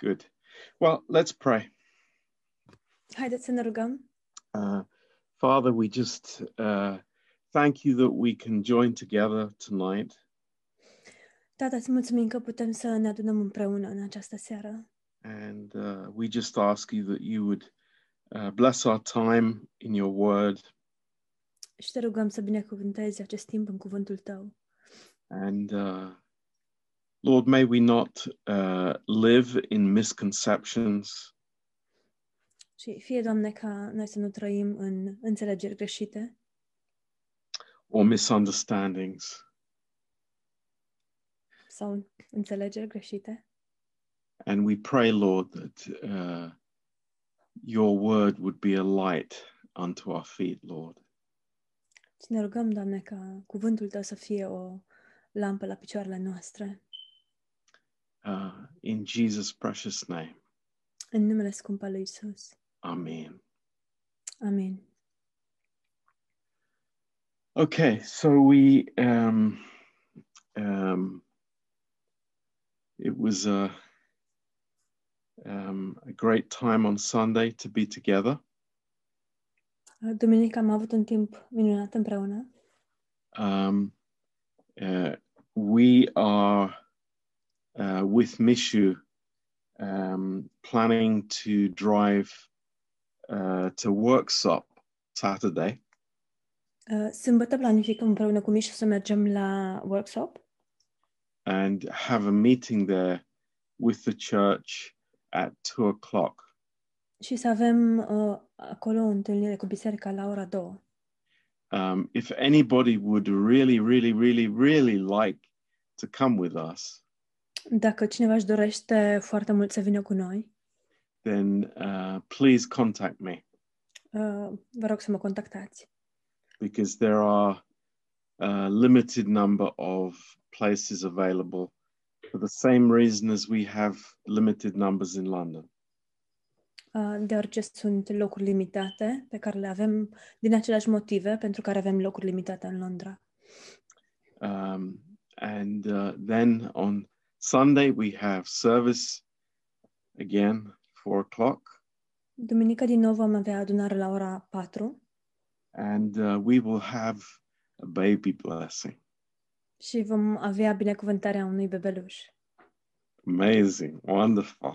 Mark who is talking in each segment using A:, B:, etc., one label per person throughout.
A: Good. Well, let's pray.
B: Haideți să ne rugăm.
A: Uh, Father, we just uh, thank you that we can join together tonight.
B: Tată, îți mulțumim că putem să ne adunăm împreună în această seară.
A: And uh, we just ask you that you would uh, bless our time in your word
B: Și te rugăm să binecuvântezi acest timp în cuvântul tău.
A: And uh, Lord, may we not uh, live in misconceptions.
B: Și fie, Doamne, ca noi să nu trăim în înțelegeri greșite
A: or misunderstandings.
B: sau înțelegeri greșite.
A: And we pray, Lord, that uh, your word would be a light unto our feet, Lord.
B: Și ne rugăm, Doamne, ca cuvântul tău să fie o lampă la picioarele noastre.
A: Uh, in Jesus' precious name.
B: În numele scump al lui Isus.
A: Amen.
B: Amin.
A: Okay, so we, um, um, it was a, um, a great time on Sunday to be together.
B: Duminică am avut un timp minunat împreună.
A: um, uh, we are uh, with Mishu um, planning to drive uh, to workshop Saturday,
B: Uh, Sâmbătă planificăm împreună cu Mișu să mergem la workshop
A: and have a meeting there with the church at two o'clock.
B: și să avem uh, acolo o întâlnire cu biserica la ora 2.
A: Um, if anybody would really, really, really, really like to come with us,
B: Dacă cineva își dorește foarte mult să vină cu noi,
A: then uh, please contact me
B: uh, vă rog să mă contactați.
A: because there are a limited number of places available for the same reason as we have limited numbers in London.
B: Uh, deoarece sunt locuri limitate pe care le avem din aceleași motive pentru care avem locuri limitate în Londra.
A: Um, and uh, then on Sunday, we have service again, four o'clock,
B: Duminică din nou vom avea adunare la ora 4
A: and uh, we will have a baby blessing.
B: și vom avea binecuvântarea unui bebeluș.
A: Amazing, wonderful.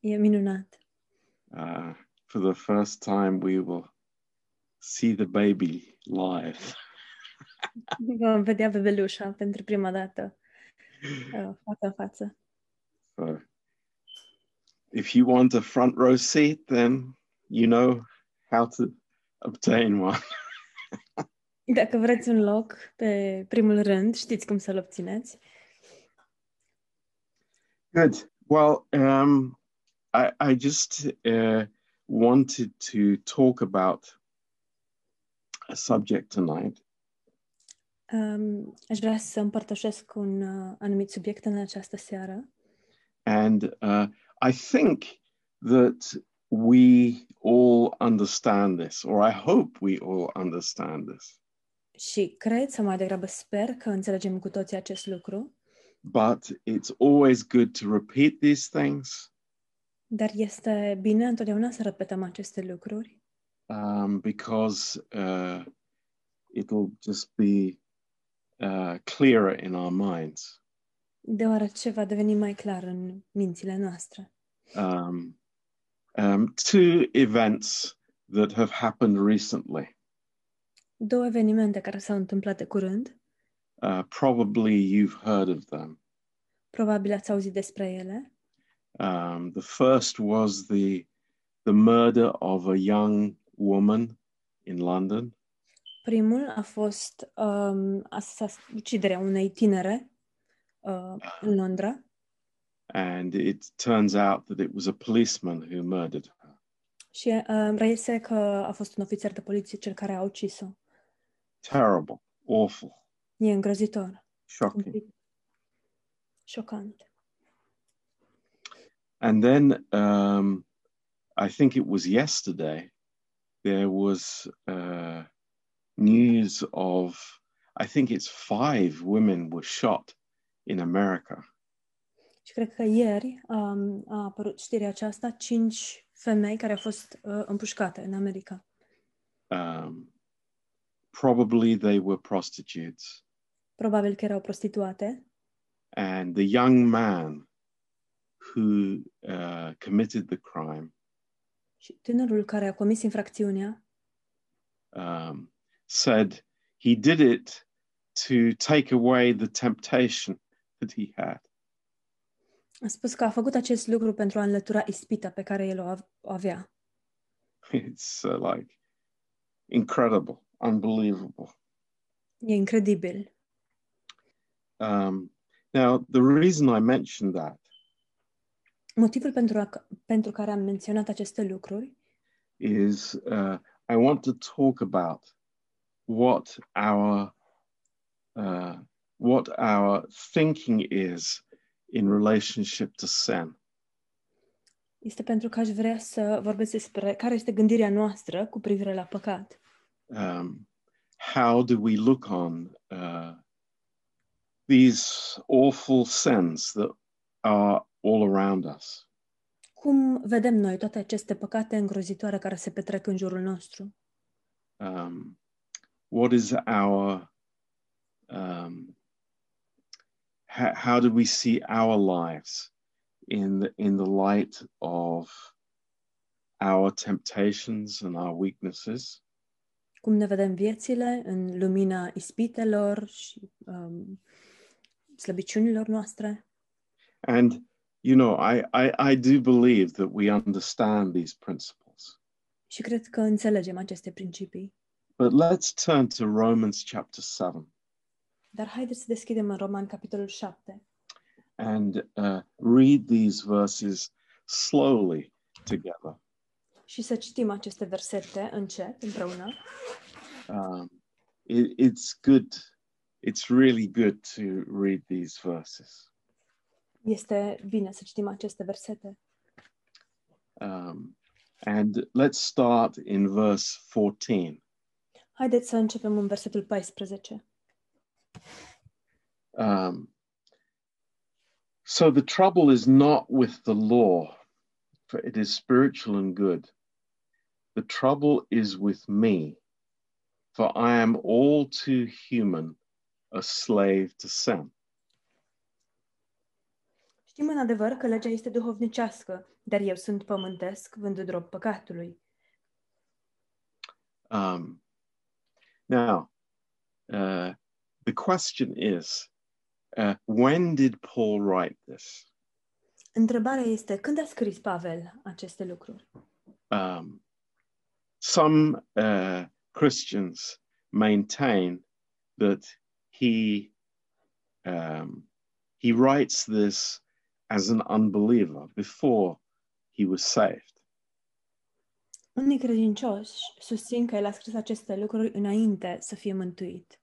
B: E minunat.
A: Uh, for the first time, we will see the baby live.
B: Vom vedea bebelușa pentru prima dată uh, față în față.
A: So if you want a front row seat, then you know how to obtain one.
B: Dacă vreți un loc pe primul rând, știți cum să-l obțineți.
A: Good. Well, um, I, I just uh, wanted to talk about a subject tonight,
B: Um, aș vrea să împărtășesc un uh, anumit subiect în această seară
A: and uh, I think that we all understand this, or I hope we all understand this.
B: și cred, sau mai degrabă sper, că înțelegem cu toții acest lucru,
A: But it's always good to repeat these things.
B: dar este bine întotdeauna să repetăm aceste lucruri,
A: um, because uh, it'll just be uh, clearer in our minds.
B: deoarece va deveni mai clar în mințile noastre.
A: Um, um, two events that have happened recently.
B: Două evenimente care s-au întâmplat de curând,
A: Uh, probably you've heard of them.
B: probabil ați auzit despre ele.
A: Um, the first was the the murder of a young woman in London,
B: Primul a fost um, asas- uciderea unei tinere uh, în Londra
A: and it turns out that it was a policeman who murdered her.
B: și uh, reiese că a fost un ofițer de poliție cel care a ucis-o.
A: Terrible, awful,
B: E îngrozitor,
A: shocking.
B: complet șocant.
A: And then um, I think it was yesterday, there was uh, news of, I think it's five women were shot in America.
B: Și Și cred că ieri um, a apărut știrea aceasta, cinci femei care au fost uh, împușcate în America.
A: Um, probably they were prostitutes.
B: Probabil că erau prostituate
A: And the young man who uh, committed the crime
B: și tânărul care a comis infracțiunea
A: um, said he did it to take away the temptation that he had.
B: a spus că a făcut acest lucru pentru a înlătura ispita pe care el o av- o avea.
A: It's uh, like incredible, unbelievable.
B: E incredibil.
A: Um, now, the reason I mentioned that
B: Motivul pentru, a, pentru care am menționat aceste lucruri
A: is uh, I want to talk about what our uh, what our thinking is in relationship to sin.
B: este pentru că aș vrea să vorbesc despre care este gândirea noastră cu privire la păcat.
A: Um, how do we look on uh, these awful sins that are all around us?
B: Cum vedem noi toate aceste păcate îngrozitoare care se petrec în jurul nostru?
A: Um, what is our um, ho- how do we see our lives in the, in the light of our temptations and our weaknesses?
B: Cum ne vedem viețile în lumina ispitelor și um, slăbiciunilor noastre?
A: And you know, I, I I do believe that we understand these principles.
B: Și cred că înțelegem aceste principii.
A: But let's turn to Romans chapter 7.
B: Dar haideți să deschidem în Roman, capitolul 7.
A: and uh, read these verses slowly together.
B: și să citim aceste versete încet, împreună.
A: Um, it, it's good. It's really good to read these verses.
B: Este bine să citim aceste versete.
A: Um, and let's start in verse 14.
B: Haideți să începem în versetul 14.
A: Um, so the trouble is not with the law, for it is spiritual and good. The trouble is with me, for I am all too human, a slave to sin.
B: Știm în adevăr că legea este duhovnicească, dar eu sunt pământesc, vândut rob păcatului.
A: Um, now, uh, the question is, uh, when did Paul write this?
B: Întrebarea este, când a scris Pavel aceste lucruri?
A: Um, some uh, Christians maintain that he um, he writes this as an unbeliever before he was saved.
B: Unii credincioși susțin că el a scris aceste lucruri înainte să fie mântuit,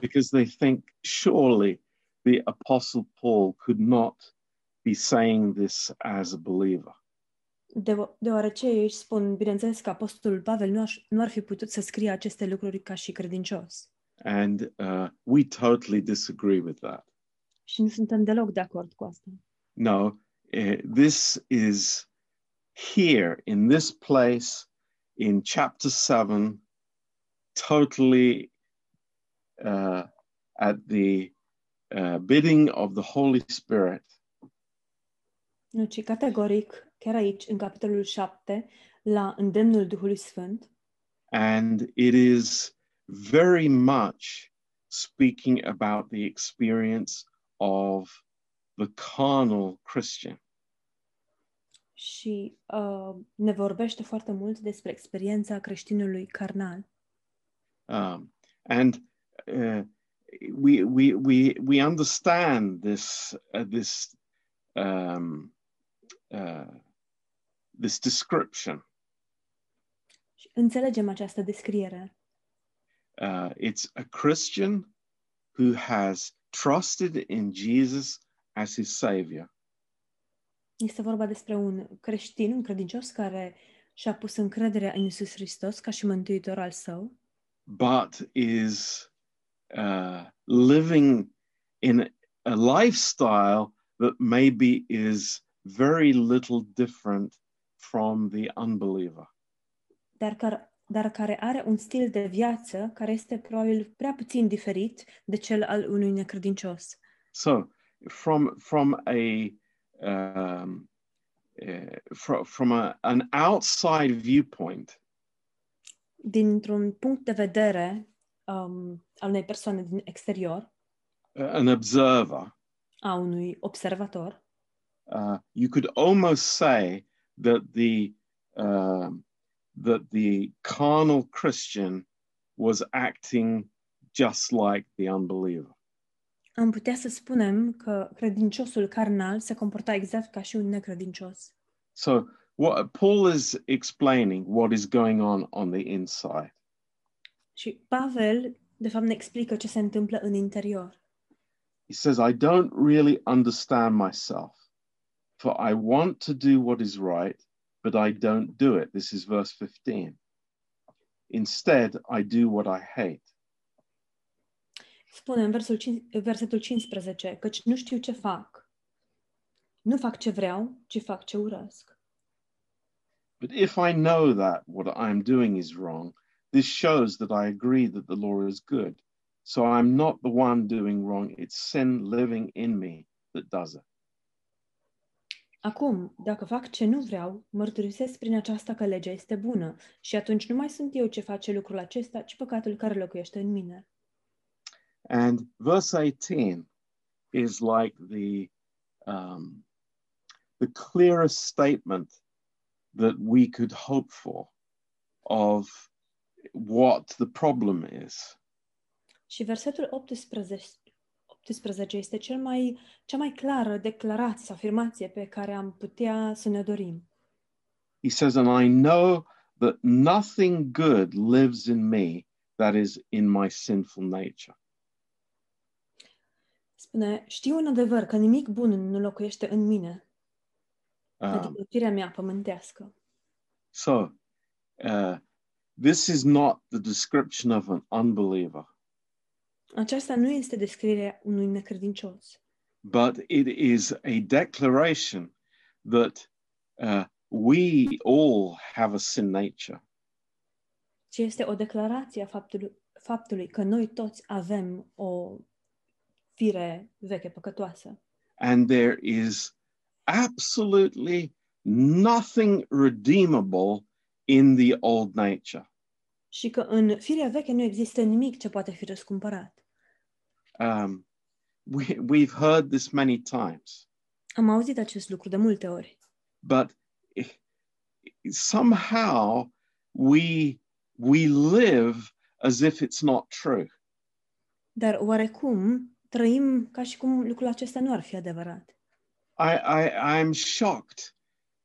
A: because they think surely the apostle Paul could not be saying this as a believer.
B: Deo- deoarece ei își spun, bineînțeles, că apostolul Pavel nu, aș, nu ar fi putut să scrie aceste lucruri ca și credincios.
A: And uh, we totally disagree with that.
B: Și nu suntem deloc de acord cu asta.
A: No, eh, this is here in this place in chapter 7, totally uh, at the uh, bidding of the Holy Spirit.
B: Nu, ci categoric, chiar aici, în capitolul 7, la îndemnul Duhului Sfânt,
A: And it is very much speaking about the experience of the carnal Christian.
B: și uh, ne vorbește foarte mult despre experiența creștinului carnal.
A: Um, and uh, we, we, we, we understand this, uh, this, um, uh, this description.
B: Și înțelegem această descriere.
A: Uh, it's a Christian who has trusted in Jesus as his savior.
B: Este vorba despre un creștin, un credincios care și-a pus încrederea în Iisus Hristos ca și mântuitor al său,
A: but is uh, living in a lifestyle that maybe is very little different from the unbeliever.
B: dar care, dar care are un stil de viață care este probabil prea puțin diferit de cel al unui necredincios.
A: So, from from a um, uh, from from a, an outside viewpoint,
B: Dintr-un punct de vedere um, al unei persoane din exterior,
A: uh, an observer,
B: a unui observator,
A: uh, you could almost say that the um, that the carnal Christian was acting just like the unbeliever.
B: am putea să spunem că credinciosul carnal se comporta exact ca și un necredincios.
A: So what Paul is explaining what is going on on the inside.
B: Și Pavel, de fapt, ne explică ce se întâmplă în interior.
A: He says, I don't really understand myself, for I want to do what is right, but I don't do it. This is verse 15. Instead, I do what I hate.
B: Spune în versul cin- versetul 15, căci nu știu ce fac. Nu fac ce vreau, ci fac ce urăsc.
A: But if I know that what I am doing is wrong, this shows that I agree that the law is good. So I'm not the one doing wrong, it's sin living in me that does it.
B: Acum, dacă fac ce nu vreau, mărturisesc prin aceasta că legea este bună și atunci nu mai sunt eu ce face lucrul acesta, ci păcatul care locuiește în mine.
A: And verse 18 is like the um, the clearest statement that we could hope for of what the problem is.
B: Și versetul 18, 18 este cel mai, cea mai clară declarație sau afirmație pe care am putea să ne dorim.
A: He says, And I know that nothing good lives in me that is in my sinful nature.
B: Spune, știu în adevăr că nimic bun nu locuiește în mine,
A: Um,
B: adică firea mea pământească.
A: so uh, this is not the description of an unbeliever.
B: Aceasta nu este descrierea unui necredincios,
A: but it is a declaration that uh, we all have a sin nature.
B: ci este o declarație a faptului, faptului că noi toți avem o fire veche păcătoasă.
A: And there is absolutely nothing redeemable in the old nature.
B: Și că în firea veche nu există nimic ce poate fi răscumpărat.
A: Um, we, we've heard this many times,
B: Am auzit acest lucru de multe ori,
A: but i- somehow we, we live as if it's not true.
B: dar oarecum trăim ca și cum lucrul acesta nu ar fi adevărat.
A: I, I I'm shocked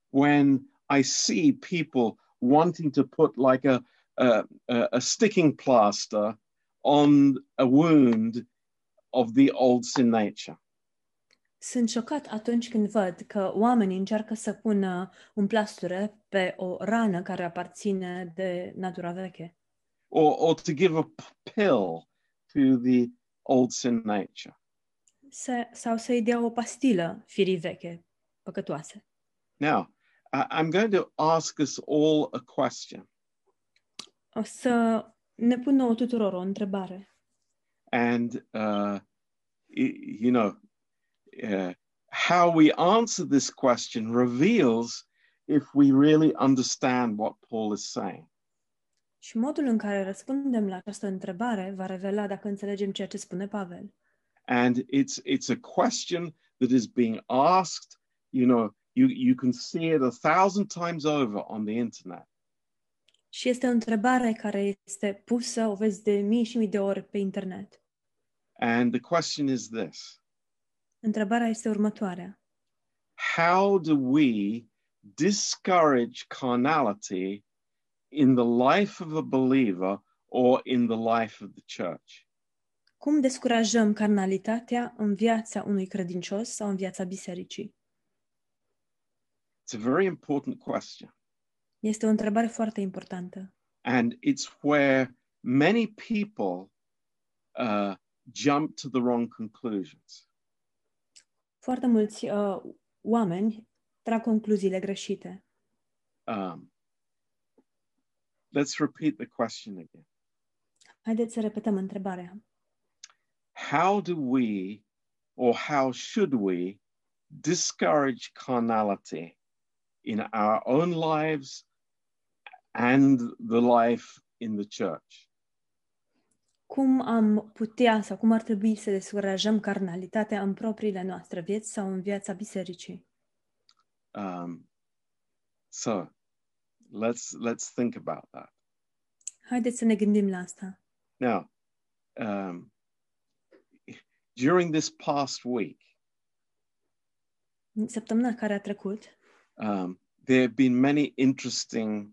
A: when I see people wanting to put like a a, a a sticking plaster on a wound of the old sin nature.
B: Sunt șocat atunci când văd că oamenii încearcă să pună un plasture pe o rană care aparține de natura veche
A: Or, or to give a p- pill to the old sin nature.
B: să, sau să-i dea o pastilă firii veche, păcătoase.
A: Now, I, I'm going to ask us all a question,
B: O să ne pun nouă tuturor o întrebare.
A: and uh, y- you know, uh, how we answer this question reveals if we really understand what Paul is saying.
B: Și modul în care răspundem la această întrebare va revela dacă înțelegem ceea ce spune Pavel.
A: And it's it's a question that is being asked. You know, you you can see it a thousand times over on the internet.
B: Și este o întrebare care este pusă, o vezi de mii și mii de ori pe internet.
A: And the question is this:
B: Întrebarea este următoarea.
A: How do we discourage carnality in the life of a believer or in the life of the church?
B: Cum descurajăm carnalitatea în viața unui credincios sau în viața bisericii?
A: It's a very important question.
B: Este o întrebare foarte importantă.
A: and it's where many people uh, jump to the wrong conclusions.
B: Foarte mulți uh, oameni trag concluziile greșite.
A: Um, let's repeat the question again.
B: Haideți să repetăm întrebarea.
A: How do we, or how should we, discourage carnality in our own lives and the life in the church?
B: Cum am putea sau cum ar trebui să descurajăm carnalitatea în propriile noastre vieți sau în viața bisericii?
A: Um, so let's let's think about that.
B: Haideți să ne gândim la asta.
A: Now, um, during this past week,
B: În săptămâna care a trecut,
A: um, there have been many interesting,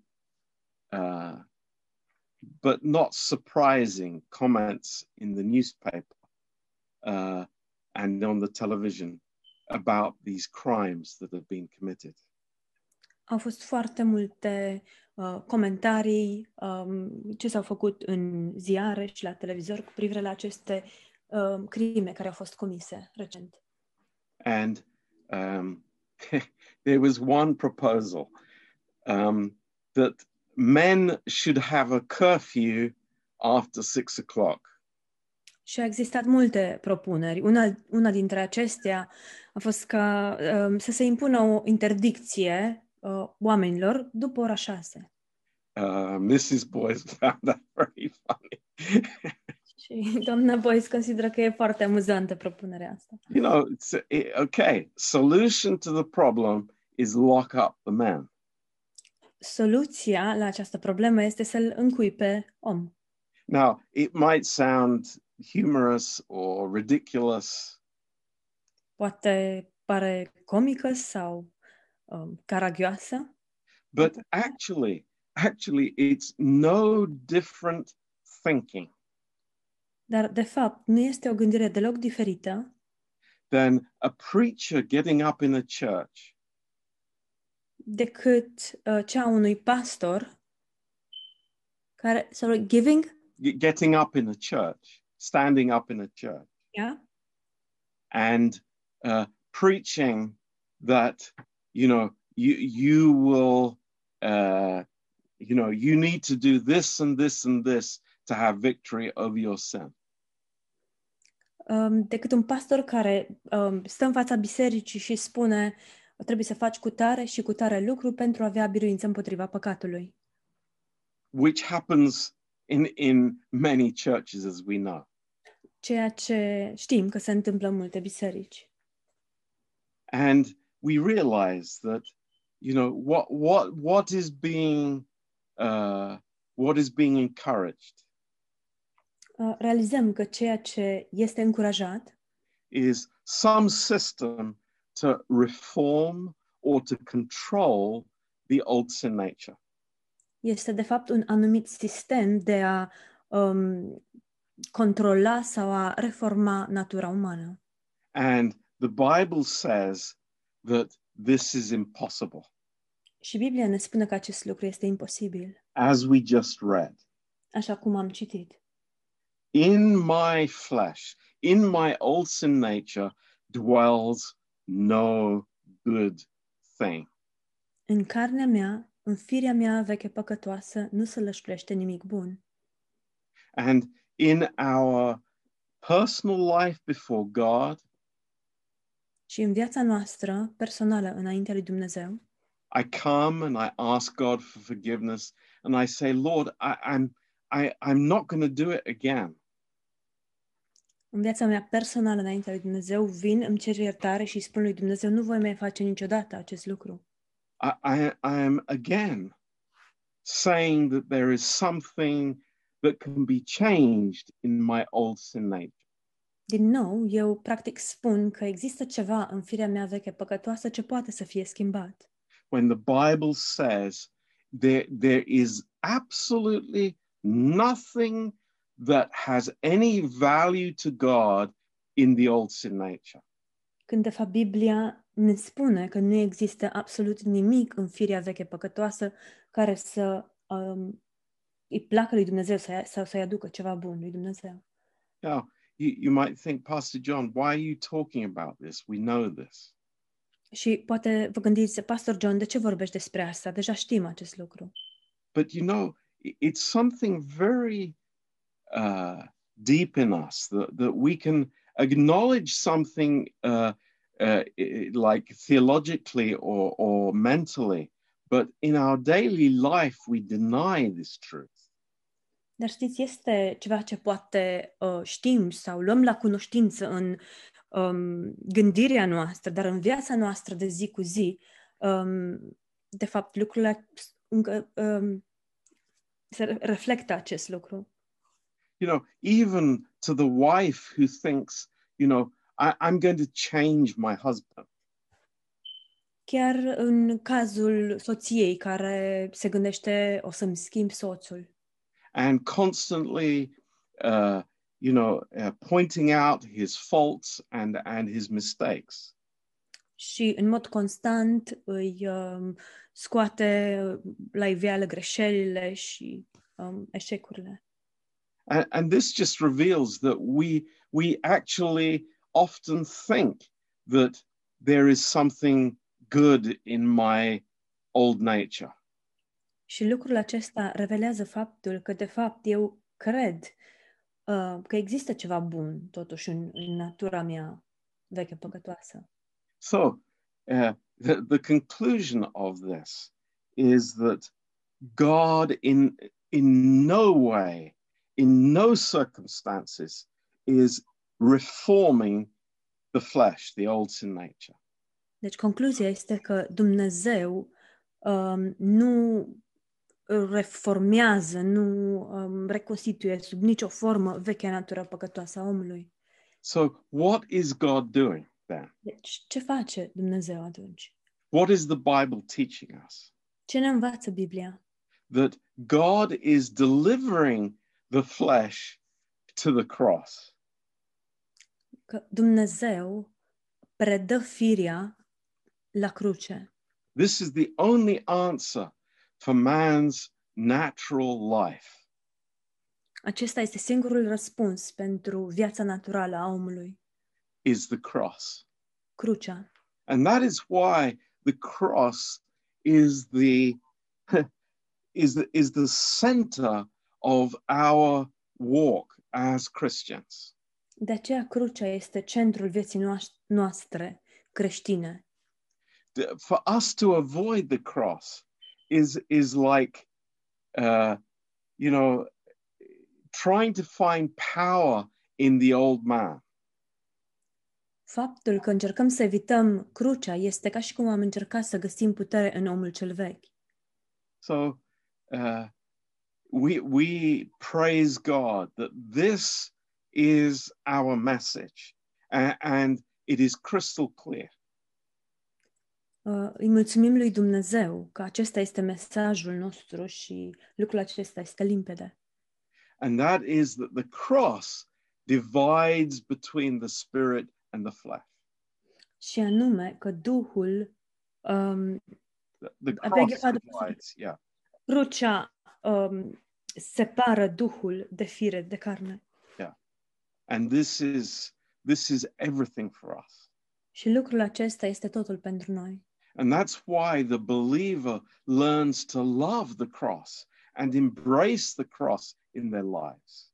A: uh, but not surprising comments in the newspaper uh, and on the television about these crimes that have been committed.
B: au fost foarte multe uh, comentarii um, ce s-au făcut în ziare și la televizor cu privire la aceste um, crime care au fost comise recent.
A: And um, there was one proposal um, that men should have a curfew after six o'clock.
B: Și au existat multe propuneri. Una, una dintre acestea a fost ca um, să se impună o interdicție uh, oamenilor după ora 6.
A: Uh, Mrs. Boyce found that very funny.
B: Și doamna Boyce consideră că e foarte amuzantă propunerea asta.
A: you know, it's, it, okay, solution to the problem is lock up the man.
B: Soluția la această problemă este să-l încui pe om.
A: Now, it might sound humorous or ridiculous,
B: Poate pare comică sau um, caragioasă,
A: but actually, actually, it's no different thinking
B: dar de fapt nu este o gândire deloc diferită
A: than a preacher getting up in a church
B: decât uh, cea a unui pastor care, sorry, giving,
A: get- getting up in a church, standing up in a church,
B: yeah?
A: and uh, preaching that you know you you will uh, you know you need to do this and this and this to have victory over your sin.
B: um, decât un pastor care um, stă în fața bisericii și spune trebuie să faci cu tare și cu tare lucru pentru a avea biruință împotriva păcatului,
A: which happens in in many churches as we know
B: ceea ce știm că se întâmplă în multe biserici.
A: and we realize that you know what what what is being uh what is being encouraged
B: Uh, realizăm că ceea ce este încurajat
A: is some system to reform or to control the old sin nature
B: este de fapt un anumit sistem de a um, controla sau a reforma natura umană.
A: and the bible says that this is impossible
B: Și Biblia ne spune că acest lucru este imposibil,
A: as we just read
B: așa cum am citit.
A: in my flesh, in my old sin nature, dwells no good thing.
B: În carnea mea, în firea mea veche păcătoasă, nu se lășplește nimic bun.
A: And in our personal life before God,
B: Și în viața noastră, personală, înaintea lui Dumnezeu,
A: I come and I ask God for forgiveness and I say, Lord, I, I'm I, I'm not going to do it again.
B: în viața mea personală, înaintea lui Dumnezeu, vin, îmi cer iertare și spun lui Dumnezeu, nu voi mai face niciodată acest lucru.
A: I, I, I am again saying that there is something that can be changed in my old sin nature.
B: Din nou, eu practic spun că există ceva în firea mea veche păcătoasă ce poate să fie schimbat.
A: when the Bible says there, there is absolutely nothing that has any value to God in the old sin nature.
B: Când, de fapt, Biblia ne spune că nu există absolut nimic în firea veche păcătoasă care să um, îi placă lui Dumnezeu să, sau să-i aducă ceva bun lui Dumnezeu.
A: Now, you, you might think, Pastor John, why are you talking about this? We know this.
B: Și poate vă gândiți, Pastor John, de ce vorbești despre asta? Deja știm acest lucru.
A: But you know, i- it's something very uh, deep in us that, that we can acknowledge something uh, uh, i- like theologically or, or mentally, but in our daily life, we deny this truth.
B: Dar știți, este ceva ce poate uh, știm sau luăm la cunoștință în um, gândirea noastră, dar în viața noastră de zi cu zi, um, de fapt, lucrurile încă um, se re- reflectă acest lucru.
A: you know, even to the wife who thinks, you know, I, I'm going to change my husband.
B: Chiar în cazul soției care se gândește o să-mi schimb soțul
A: And constantly, uh, you know, uh, pointing out his faults and, and his mistakes.
B: și în mod constant îi um, scoate la iveală greșelile și um, eșecurile.
A: And, and this just reveals that we, we actually often think that there is something good in my old nature.
B: Și lucrul acesta revelează faptul că, de fapt, eu cred uh, că există ceva bun, totuși, în, în natura mea veche păcătoasă.
A: So, uh, the, the conclusion of this is that God, in, in no way, in no circumstances, is reforming the flesh, the old sin nature.
B: Deci, concluzia este că Dumnezeu um, nu reformează, nu um, reconstituie sub nicio formă vechea natură păcătoasă a omului.
A: So, what is God doing then?
B: Deci, ce face Dumnezeu atunci?
A: What is the Bible teaching us?
B: Ce ne învață Biblia?
A: That God is delivering the flesh to the cross.
B: Că Dumnezeu predă firia la cruce.
A: This is the only answer for man's natural life.
B: Acesta este singurul răspuns pentru viața naturală a omului,
A: is the cross.
B: crucea.
A: And that is why the cross is the is the, is the center of our walk as Christians.
B: De aceea crucea este centrul vieții noas- noastre creștine.
A: The- For us to avoid the cross is is like uh, you know trying to find power in the old man.
B: Faptul că încercăm să evităm crucea este ca și cum am încercat să găsim putere în omul cel vechi.
A: So uh, we we praise God that this is our message, a- and it is crystal clear.
B: Uh, Îi mulțumim lui Dumnezeu că acesta este mesajul nostru și lucrul acesta este limpede.
A: And that is that the cross divides between the spirit and the flesh.
B: Și anume că Duhul, um,
A: The, the
B: I beg
A: cross
B: your pardon.
A: divides, yeah.
B: crucea um, separă Duhul de fire, de carne.
A: And this is this is everything for us.
B: Și lucrul acesta este totul pentru noi.
A: And that's why the believer learns to love the cross and embrace the cross in their lives.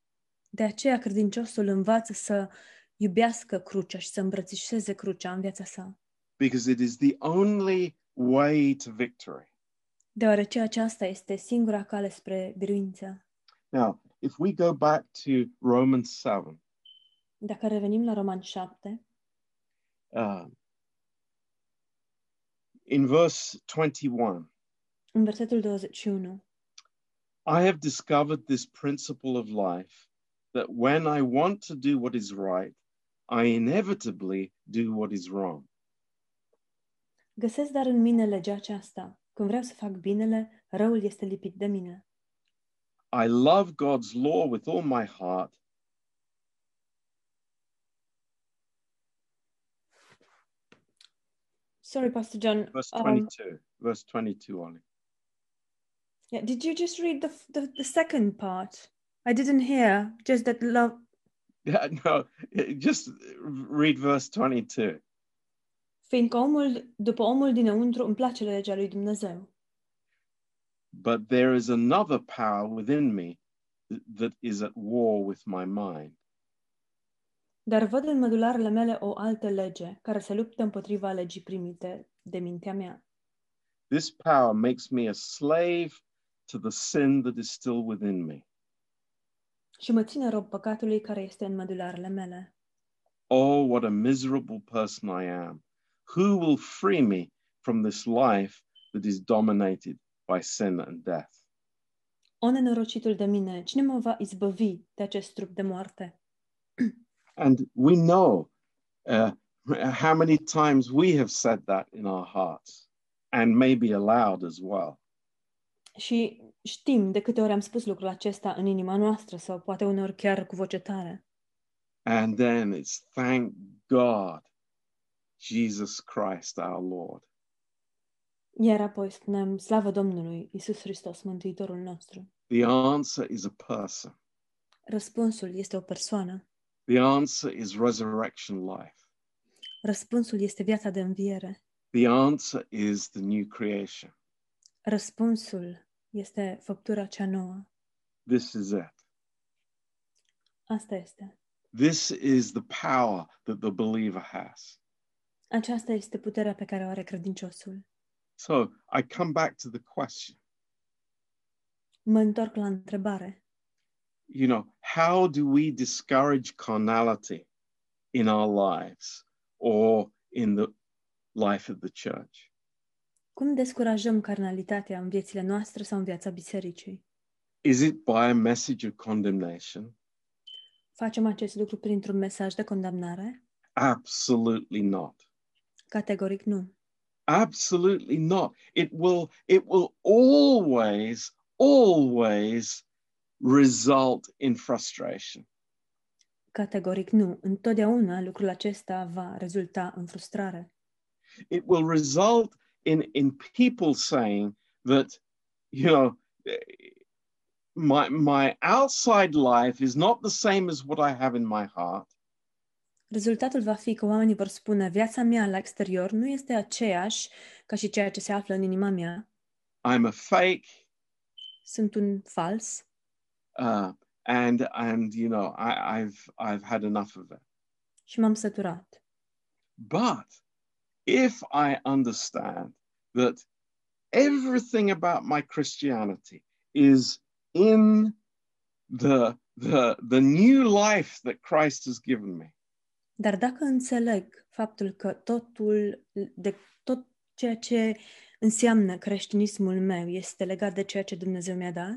B: De aceea credinciosul învață să iubească crucea și să îmbrățișeze crucea în viața sa,
A: because it is the only way to victory.
B: deoarece aceasta este singura cale spre biruință.
A: Now, if we go back to Romans 7,
B: Dacă revenim la Roman 7,
A: um, in verse 21,
B: în versetul 21,
A: I have discovered this principle of life that when I want to do what is right, I inevitably do what is wrong.
B: găsesc dar în mine legea aceasta. Când vreau să fac binele, răul este lipit de mine.
A: I love God's law with all my heart,
B: Sorry, Pastor John.
A: verse
B: Um,
A: 22, verse 22 only.
B: yeah, did you just read the, the, the second part? I didn't hear just that love
A: Yeah, no, just read verse 22.
B: Fiindcă omul, după omul dinăuntru îmi place legea lui Dumnezeu.
A: But there is another power within me that is at war with my mind.
B: Dar văd în mădularele mele o altă lege care se luptă împotriva legii primite de mintea mea.
A: This power makes me a slave to the sin that is still within me.
B: Și mă ține rob păcatului care este în mădularele mele.
A: Oh, what a miserable person I am. Who will free me from this life that is dominated by sin and death?
B: O nenorocitul de mine, cine mă va izbăvi de acest trup de moarte?
A: And we know uh, how many times we have said that in our hearts and maybe aloud as well.
B: Și știm de câte ori am spus lucrul acesta în inima noastră sau poate uneori chiar cu voce tare.
A: And then it's thank God, Jesus Christ our Lord.
B: Iar apoi spunem, slavă Domnului, Isus Hristos, Mântuitorul nostru.
A: The answer is a person.
B: Răspunsul este o persoană.
A: The answer is resurrection life.
B: Răspunsul este viața de înviere.
A: The answer is the new creation.
B: Răspunsul este făptura cea nouă.
A: This is it.
B: Asta este.
A: This is the power that the believer has.
B: Aceasta este puterea pe care o are credinciosul.
A: So I come back to the question
B: Mă întorc la întrebare.
A: you know, how do we discourage carnality in our lives or in the life of the church?
B: Cum descurajăm carnalitatea în viețile noastre sau în viața bisericii?
A: Is it by a message of condemnation?
B: Facem acest lucru printr-un mesaj de condamnare?
A: Absolutely not.
B: Categoric nu.
A: Absolutely not. It will it will always always result in frustration.
B: Categoric nu. Întotdeauna lucrul acesta va rezulta în frustrare.
A: It will result in in people saying that you know my my outside life is not the same as what I have in my heart.
B: Rezultatul va fi că oamenii vor spune viața mea la exterior nu este aceeași ca și ceea ce se află în inima mea.
A: I'm a fake,
B: Sunt un fals
A: uh, and and you know I, I've I've had enough of it.
B: și m-am săturat.
A: But if I understand that everything about my Christianity is in the, the, the new life that Christ has given me,
B: Dar dacă înțeleg faptul că totul, de tot ceea ce înseamnă creștinismul meu este legat de ceea ce Dumnezeu mi-a dat,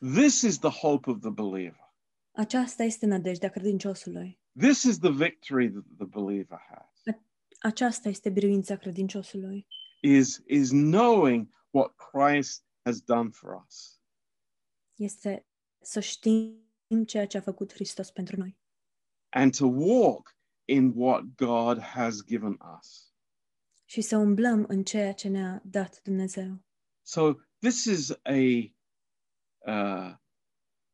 A: this is the hope of the believer.
B: aceasta este nădejdea credinciosului.
A: This is the victory that the believer has,
B: Aceasta este biruința credinciosului.
A: is, is knowing what Christ has done for us.
B: Este să știm ceea ce a făcut Hristos pentru noi
A: And to walk in what God has given us.
B: și să umblăm în ceea ce ne-a dat Dumnezeu.
A: so this is a uh,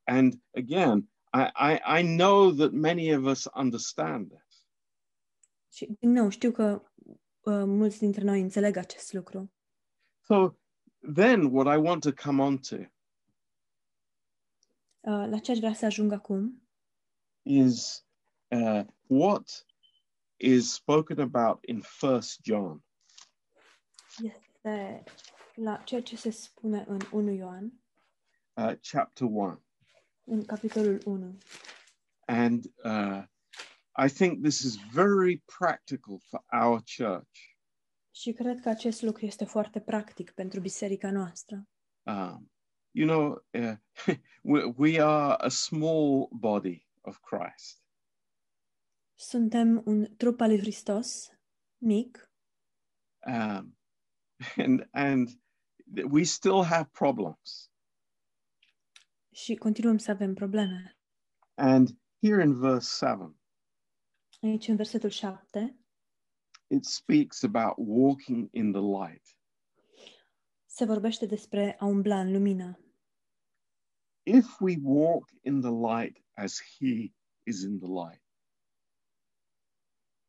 A: and again I, I i know that many of us understand this
B: Și, din nou, știu că uh, mulți dintre noi înțeleg acest lucru.
A: so then what i want to come on to
B: Uh, la ce aș vrea să ajung acum
A: is uh, what is spoken about in first john
B: este la ceea ce se spune în 1 Ioan,
A: uh, chapter 1
B: în capitolul 1.
A: and uh, i think this is very practical for our church
B: Și cred că acest lucru este foarte practic pentru biserica noastră.
A: um, you know, uh, we, we are a small body of Christ,
B: Suntem un trup al lui Hristos, mic,
A: um, and and we still have problems.
B: și continuăm să avem probleme.
A: And here in verse seven,
B: Aici, în versetul 7,
A: it speaks about walking in the light.
B: se vorbește despre a umbla în lumină.
A: If we walk in the light as He is in the light.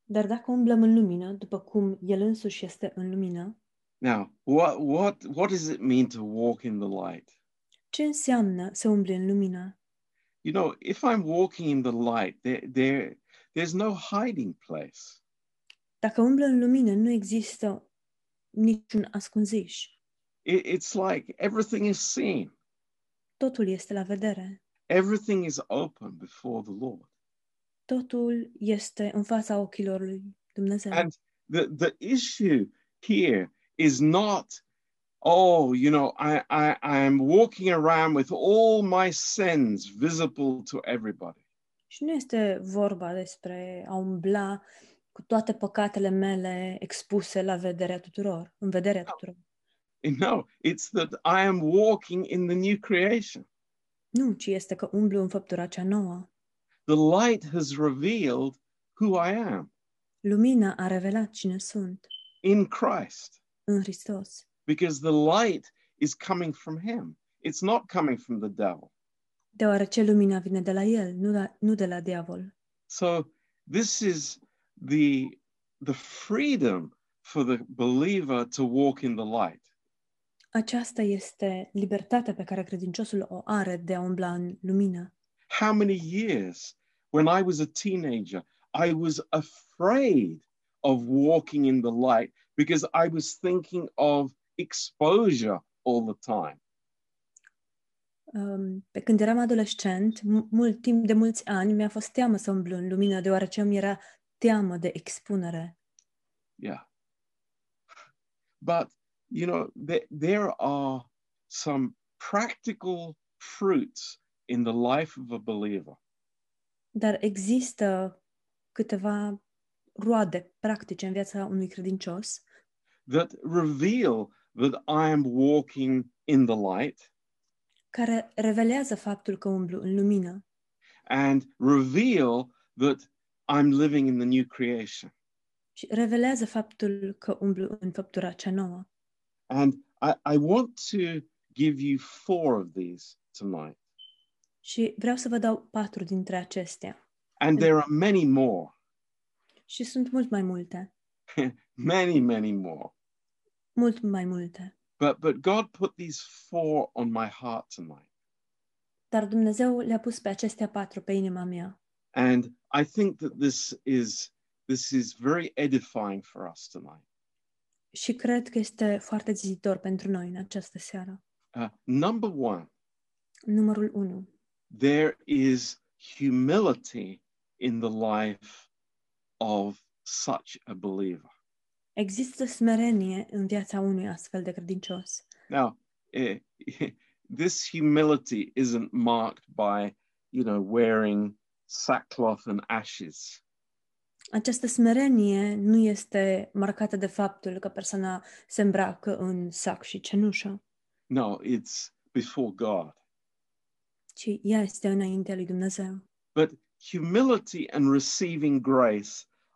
B: Dar dacă umblăm în lumină, după cum El însuși este în lumină,
A: Now, what what what does it mean to walk in the light?
B: ce înseamnă să umbli în lumină?
A: You know, if I'm walking in the light, there there there's no hiding place.
B: Dacă umblă în lumină, nu există niciun ascunziș.
A: It, it's like everything is seen.
B: Totul este la vedere.
A: Everything is open before the Lord.
B: Totul este în fața ochilor lui Dumnezeu.
A: And the the issue here is not oh you know i i i'm walking around with all my sins visible to everybody
B: Și nu este vorba despre a umbla cu toate păcatele mele expuse la vederea tuturor, în vederea tuturor.
A: no it's that i am walking in the new creation
B: Nu, ci este că umblu în făptura cea nouă.
A: the light has revealed who i am
B: Lumina a revelat cine sunt
A: in christ
B: în Hristos,
A: because the light is coming from him it's not coming from the devil
B: deoarece lumina vine de la El, nu, la, nu de la diavol.
A: so this is the the freedom for the believer to walk in the light
B: Aceasta este libertatea pe care credinciosul o are de a umbla în lumină.
A: how many years when I was a teenager, I was afraid of walking in the light because I was thinking of exposure all the time.
B: Um, Pe când eram adolescent, mu- mult timp de mulți ani, mi-a fost teamă să umblu în lumină, deoarece mi era teamă de expunere.
A: Yeah. But, you know, there, there are some practical fruits in the life of a believer.
B: Dar există câteva roade practice în viața unui credincios
A: that reveal that I am walking in the light
B: care revelează faptul că umblu în lumină
A: and reveal that I'm living in the new creation.
B: și revelează faptul că umblu în făptura cea nouă.
A: And I, I want to give you four of these tonight.
B: Și vreau să vă dau patru dintre acestea.
A: And there are many more,
B: Și sunt mult mai multe,
A: many, many more.
B: mult mai multe.
A: But, but God put these four on my heart tonight.
B: Dar Dumnezeu le-a pus pe acestea patru pe inima mea.
A: And I think that this is, this is very edifying for us tonight.
B: Și cred că este foarte zizitor pentru noi în această seară.
A: Uh, number one,
B: Numărul 1.
A: there is humility in the life of such a believer.
B: Există smerenie în viața unui astfel de credincios.
A: Now, eh, this humility isn't marked by, you know, wearing sackcloth and ashes.
B: Această smerenie nu este marcată de faptul că persoana se îmbracă în sac și cenușă,
A: No, it's before God.
B: ci ea este înaintea lui Dumnezeu.
A: But humility and receiving grace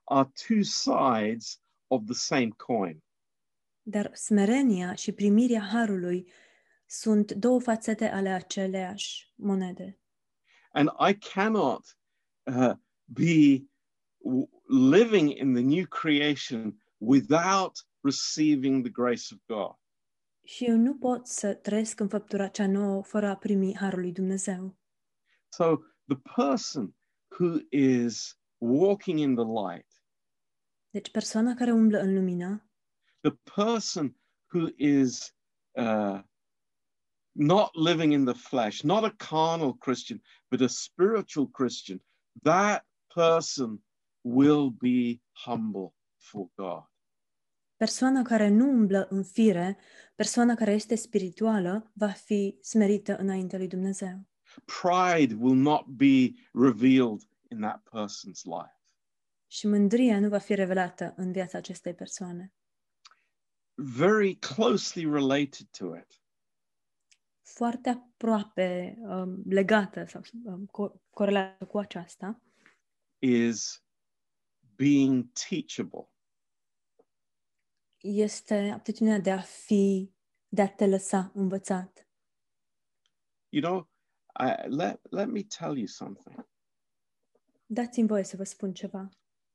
A: are two sides of the same coin.
B: Dar smerenia și primirea harului sunt două fațete ale aceleași monede.
A: And I cannot uh, be w- living in the new creation without receiving the grace of God.
B: Și eu nu pot să trăiesc în făptura cea nouă fără a primi harul lui Dumnezeu.
A: So the person who is walking in the light,
B: Deci persoana care umblă în lumină
A: the person who is uh, not living in the flesh, not a carnal Christian, but a spiritual Christian, that person will be humble for God.
B: Persoana care nu umblă în fire, persoana care este spirituală, va fi smerită înaintea lui Dumnezeu.
A: Pride will not be revealed in that person's life.
B: Și mândria nu va fi revelată în viața acestei persoane.
A: Very closely related to it
B: Foarte aproape um, legată sau um, co- corelată cu aceasta
A: is being teachable.
B: este aptitudinea de a fi, de a te lăsa învățat.
A: You know, I, let, let me tell you something.
B: Dați-mi voie să vă spun ceva.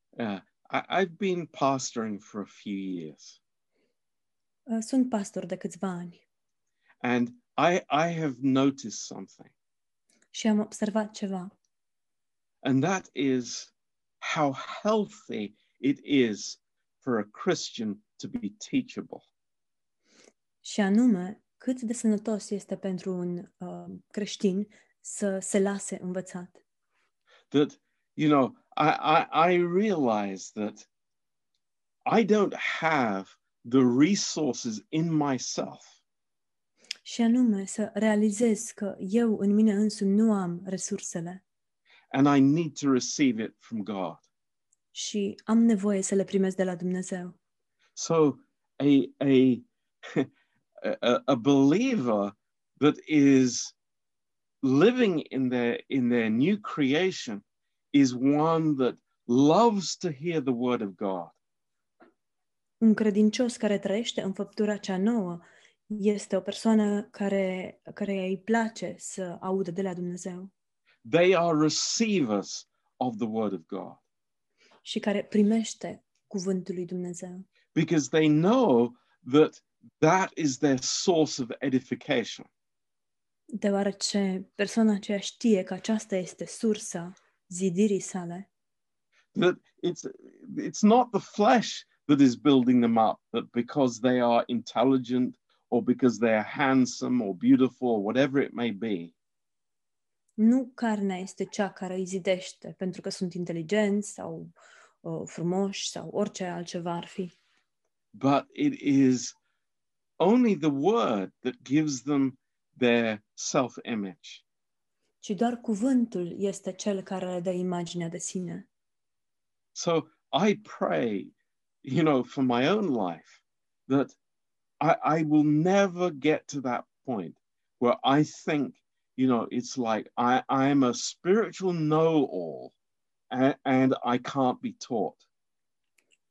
A: Uh, I, I've been pastoring for a few years,
B: Uh, Sunt pastor de câțiva ani
A: and I, I have noticed something,
B: și am observat ceva.
A: and that is how healthy it is for a Christian to be teachable.
B: Și anume, cât de sănătos este pentru un uh, creștin să se lase învățat.
A: That, you know, I, I, I realize that I don't have the resources in myself
B: Și anume, să realizez că eu în mine însumi nu am resursele
A: and I need to receive it from God.
B: și am nevoie să le primesc de la Dumnezeu.
A: So a a a, a believer that is living in their in their new creation is one that loves to hear the word of God
B: Un credincios care trăiește în făptura cea nouă este o persoană care, care îi place să audă de la Dumnezeu
A: they are receivers of the word of God
B: și care primește cuvântul lui Dumnezeu.
A: because they know that that is their source of edification
B: deoarece persoana aceea știe că aceasta este sursa zidirii sale,
A: that it's it's not the flesh that is building them up but because they are intelligent or because they are handsome or beautiful or whatever it may be
B: nu carnea este cea care îi zidește, pentru că sunt inteligenți sau uh, frumoși sau orice altceva ar fi,
A: but it is only the word that gives them their self image
B: ci doar cuvântul este cel care le dă imaginea de sine.
A: so i pray you know for my own life that i i will never get to that point where i think you know it's like i i'm a spiritual know all and, and i can't be taught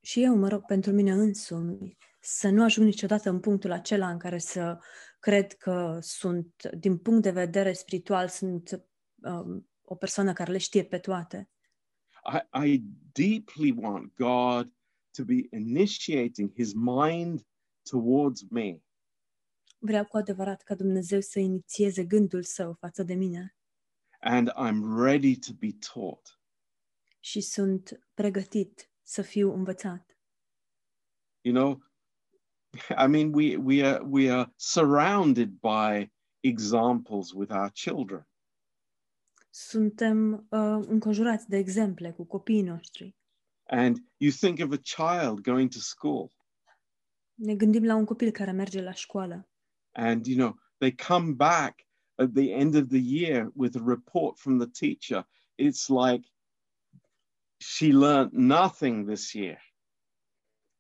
B: Și eu mă rog pentru mine însumi să nu ajung niciodată în punctul acela în care să cred că sunt, din punct de vedere spiritual, sunt um, o persoană care le știe pe toate.
A: I, I deeply want God to be initiating his mind towards me
B: Vreau cu adevărat ca Dumnezeu să inițieze gândul său față de mine
A: and I'm ready to be taught.
B: și sunt pregătit să fiu învățat.
A: You know, I mean we we are we are surrounded by examples with our children.
B: Suntem uh, înconjurați de exemple cu copiii noștri.
A: And you think of a child going to school
B: Ne gândim la un copil care merge la școală
A: and you know they come back at the end of the year with a report from the teacher. It's like she learned nothing this year.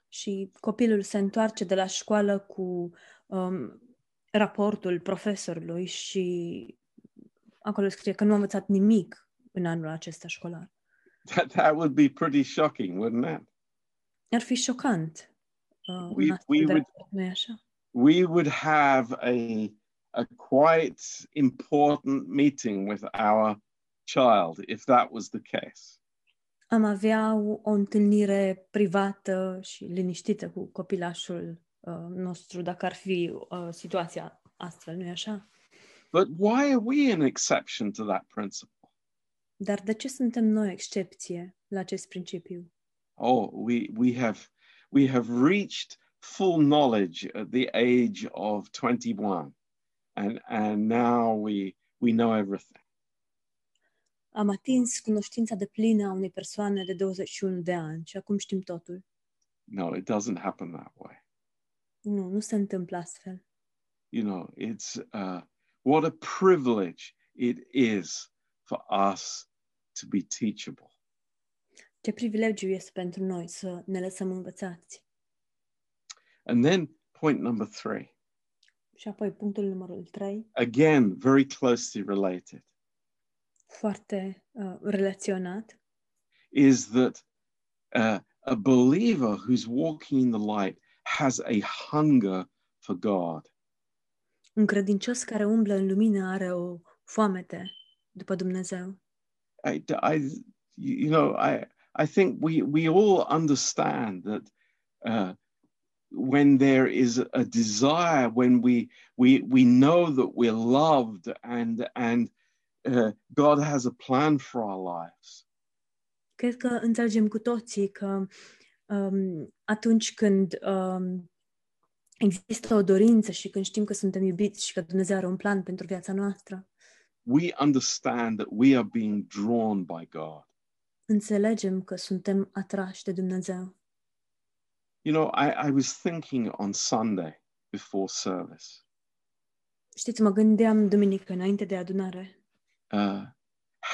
B: și copilul se întoarce de la școală cu um, raportul profesorului și acolo scrie că nu a învățat nimic în anul acesta școlar.
A: That that would be pretty shocking, wouldn't it?
B: Ar fi șocant. Uh, un
A: We-
B: astfel
A: we
B: de
A: would-
B: raport, nu-i așa?
A: We would have a a quite important meeting with our child if that was the case.
B: am avea o o întâlnire privată și liniștită cu copilașul uh, nostru, dacă ar fi uh, situația astfel, nu-i așa?
A: But why are we an exception to that principle?
B: Dar de ce suntem noi excepție la acest principiu?
A: Oh, we we have we have reached full knowledge at the age of 21 and and now we we know everything.
B: Am atins cunoștința de plină a unei persoane de 21 de ani și acum știm totul.
A: No, it doesn't happen that way.
B: Nu, nu se întâmplă astfel.
A: you know it's uh, what a privilege it is for us to be teachable
B: Ce privilegiu este pentru noi să ne lăsăm învățați.
A: and then point number three
B: Și apoi punctul numărul 3,
A: again very closely related
B: foarte uh, relaționat,
A: is that uh, a believer who's walking in the light has a hunger for god
B: Un credincios care umblă în lumină are o foamete după Dumnezeu.
A: i, I you, you know, I I think we we all understand that uh, when there is a desire, when we we we know that we're loved and and uh, God has a plan for our lives.
B: Cred că înțelegem cu toții că um, atunci când um, există o dorință și când știm că suntem iubiți și că Dumnezeu are un plan pentru viața noastră,
A: We understand that we are being drawn by God.
B: înțelegem că suntem atrași de Dumnezeu.
A: You know, I, I was thinking on Sunday before service.
B: Știți, mă gândeam duminică înainte de adunare,
A: uh,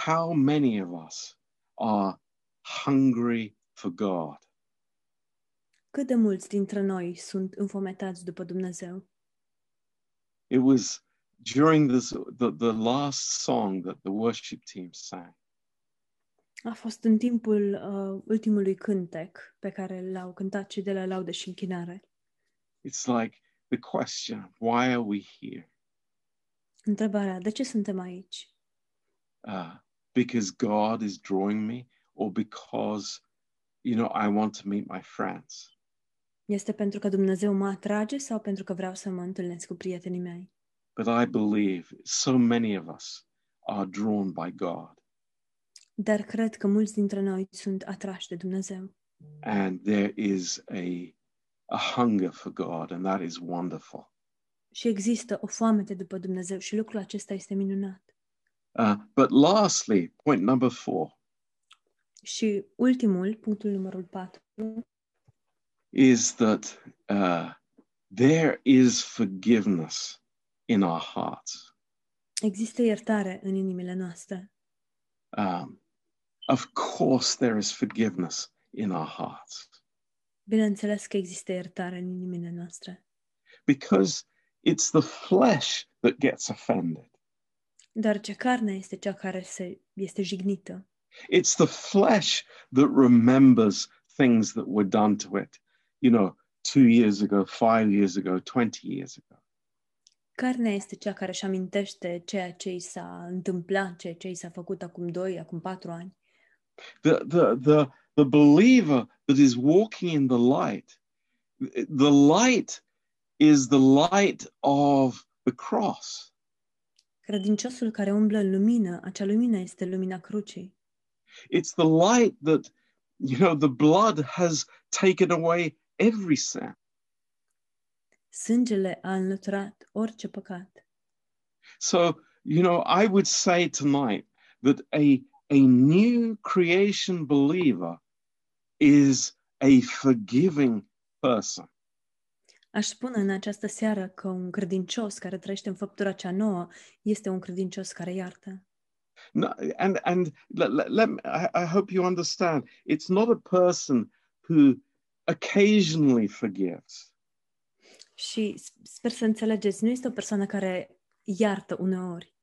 A: how many of us are hungry for God?
B: cât de mulți dintre noi sunt înfometați după Dumnezeu.
A: It was during this, the, the last song that the worship team sang.
B: A fost în timpul uh, ultimului cântec pe care l-au cântat cei de la laudă și închinare.
A: It's like the question, why are we here?
B: Întrebarea, de ce suntem aici?
A: Uh, because God is drawing me or because, you know, I want to meet my friends.
B: Este pentru că Dumnezeu mă atrage sau pentru că vreau să mă întâlnesc cu prietenii mei?
A: But I believe so many of us are drawn by God
B: Dar cred că mulți dintre noi sunt atrași de Dumnezeu
A: and there is a, a hunger for God and that is wonderful.
B: și există o foamete după Dumnezeu și lucrul acesta este minunat.
A: Uh, but lastly, point number four
B: Și ultimul, punctul numărul 4,
A: is that uh, there is forgiveness in our hearts.
B: există iertare în inimile noastre.
A: Um, of course, there is forgiveness in our hearts
B: Bineînțeles că există iertare în inimile noastre,
A: because it's the flesh that gets offended.
B: doar ce carnea este cea care se, este jignită.
A: It's the flesh that remembers things that were done to it, you know, two years ago, five years ago, 20 years ago.
B: Carnea este cea care își amintește ceea ce i s-a întâmplat, ceea ce i s-a făcut acum 2, acum 4 ani.
A: the the the the believer that is walking in the light the light is the light of the cross
B: Credinciosul care umblă în lumină, acea lumină este lumina crucii.
A: it's the light that you know the blood has taken away every sin
B: Sângele a înlăturat orice păcat.
A: so you know i would say tonight that a a new creation believer is a forgiving person
B: Aș spune în această seară că un credincios care trăiește în făptura cea nouă este un credincios care iartă.
A: No, and and let, let, let me- I, I hope you understand. It's not a person who occasionally forgives.
B: Și s- sper să înțelegeți, nu este o persoană care iartă uneori,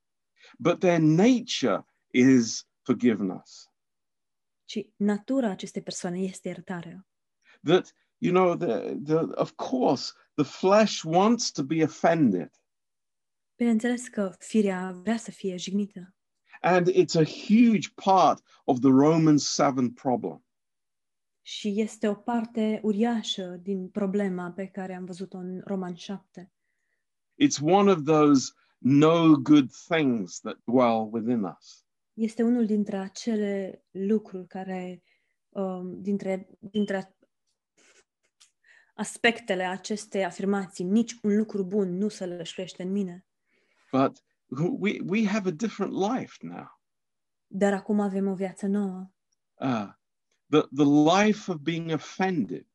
A: But their nature is forgiveness.
B: ci natura acestei persoane este iertarea.
A: That you know, the, the of course the flesh wants to be offended,
B: Bineînțeles că firea vrea să fie jignită.
A: and it's a huge part of the Romans seven problem.
B: Și este o parte uriașă din problema pe care am văzut-o în Roman 7.
A: It's one of those no good things that dwell within us.
B: Este unul dintre acele lucruri care, um, dintre, dintre aspectele acestei afirmații, nici un lucru bun nu se lășluiește în mine.
A: But we we have a different life now.
B: Dar acum avem o viață nouă.
A: uh, the, the life of being offended,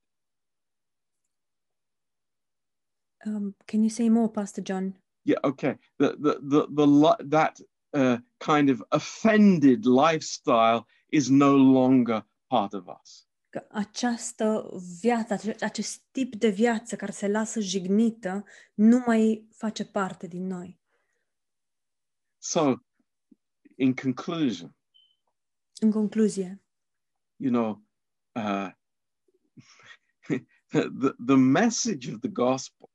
B: Um, can you say more, Pastor John?
A: yeah, okay, the, the, the, the li- that uh, kind of offended lifestyle is no longer part of us.
B: Că această viață, ace- acest tip de viață care se lasă jignită, nu mai face parte din noi.
A: So, in conclusion,
B: În concluzie,
A: you know, uh, the, the message of the gospel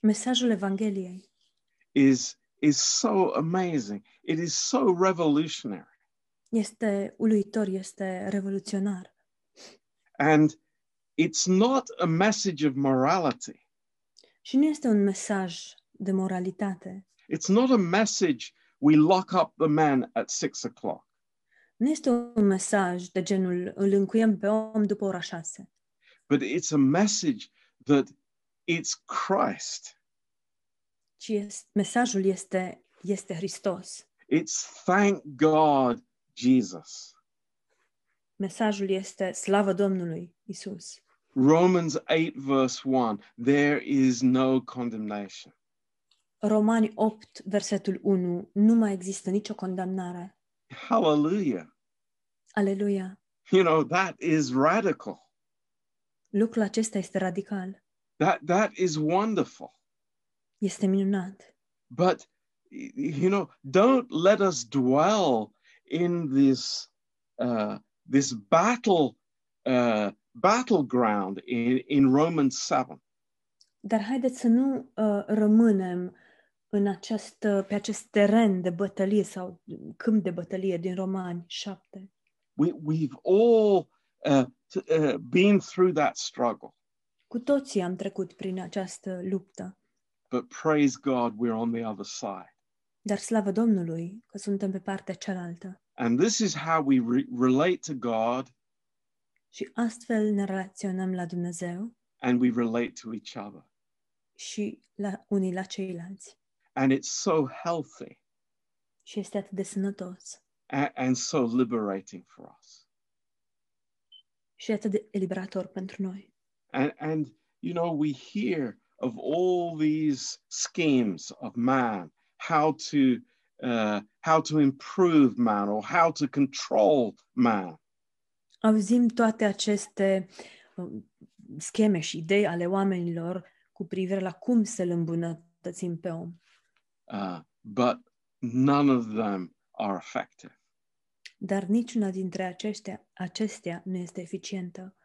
B: mesajul Evangheliei
A: is, is so amazing, it is so revolutionary.
B: Este uluitor, este revoluționar.
A: And it's not a message of morality.
B: Și nu este un mesaj de moralitate.
A: It's not a message we lock up the man at six o'clock.
B: Nu este un mesaj de genul îl încuiem pe om după ora șase,
A: but it's a message that it's Christ.
B: ci este, mesajul este, este Hristos.
A: It's thank God, Jesus.
B: Mesajul este slavă Domnului Isus.
A: Romans 8, verse 1 there is no condemnation.
B: Romani 8, versetul 1, nu mai există nicio condamnare.
A: Hallelujah.
B: Aleluia!
A: You know, that is radical.
B: Lucrul acesta este radical,
A: That, that is wonderful.
B: este minunat.
A: But, y- you know, don't let us dwell in this, uh, this battle, uh, battleground in, in Romans 7.
B: Dar haideți să nu uh, rămânem în acest, uh, pe acest teren de bătălie sau câmp de bătălie din Romani 7.
A: We, we've all uh, t- uh, been through that struggle.
B: Cu toții am trecut prin această luptă,
A: But praise God, we're on the other side.
B: dar slavă Domnului că suntem pe partea cealaltă
A: And this is how we re- relate to God
B: și astfel ne relaționăm la Dumnezeu
A: and we relate to each other.
B: și la unii la ceilalți.
A: And it's so healthy
B: Și este atât de sănătos
A: and, and so liberating for us.
B: și atât de eliberator pentru noi.
A: And, and, you know, we hear of all these schemes of man, how to, uh, how to improve man or how to control man.
B: Auzim toate aceste um, scheme și idei ale oamenilor cu privire la cum să-l îmbunătățim pe om,
A: Uh, but none of them are effective.
B: dar niciuna dintre aceștia, acestea nu este eficientă,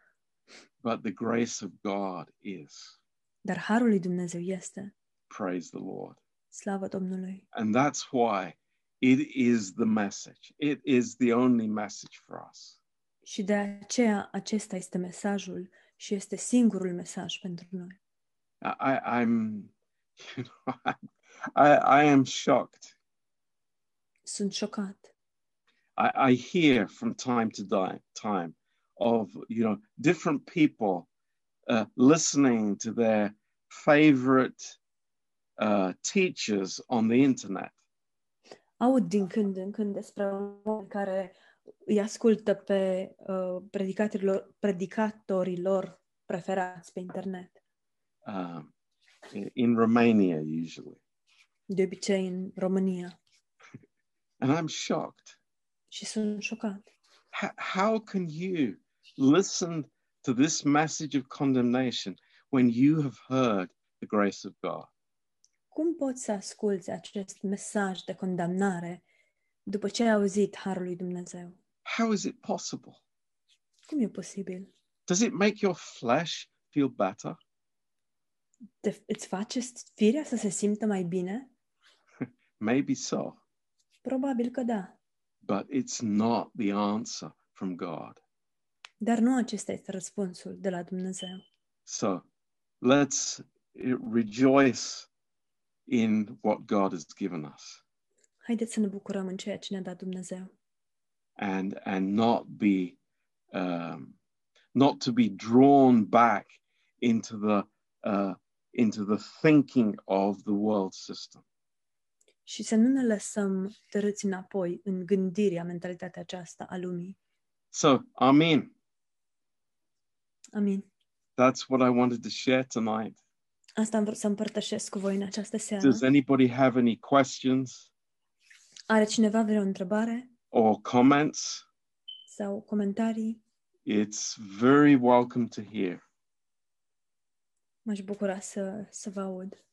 A: But the grace of God is.
B: dar harul lui Dumnezeu este.
A: Praise the Lord.
B: Slavă Domnului!
A: And that's why it is the message. It is the only message for us.
B: Și de aceea acesta este mesajul și este singurul mesaj pentru noi.
A: I, I- I'm, you know, I, I am shocked.
B: Sunt șocat.
A: I, I hear from time to di- time of you know different people uh, listening to their favorite uh, teachers on the internet,
B: Aud din când în când despre oameni care îi ascultă pe uh, predicatorilor, predicatorilor preferați pe internet,
A: um, i- in Romania usually,
B: de obicei în România.
A: and I'm shocked.
B: Și sunt șocat.
A: H- how can you listen to this message of condemnation when you have heard the grace of God?
B: Cum poți să asculți acest mesaj de condamnare după ce ai auzit Harul lui Dumnezeu?
A: How is it possible?
B: Cum e posibil?
A: Does it make your flesh feel better?
B: Te, îți face firea să se simtă mai bine?
A: Maybe so,
B: Probabil că da,
A: but it's not the answer from God.
B: dar nu acesta este răspunsul de la Dumnezeu.
A: So let's eh, rejoice in what God has given us
B: Haideți să ne bucurăm în ceea ce ne-a dat Dumnezeu
A: and and not be um, not to be drawn back into the uh, into the thinking of the world system.
B: și să nu ne lăsăm tărâți înapoi în gândirea, mentalitatea aceasta a lumii.
A: So Amen.
B: Amin.
A: That's what I wanted to share tonight.
B: Asta am vrut să împărtășesc cu voi în această seară.
A: Does anybody have any questions
B: Are cineva vreo întrebare
A: or comments?
B: sau comentarii?
A: It's very welcome to hear.
B: M-aș bucura să, să vă aud.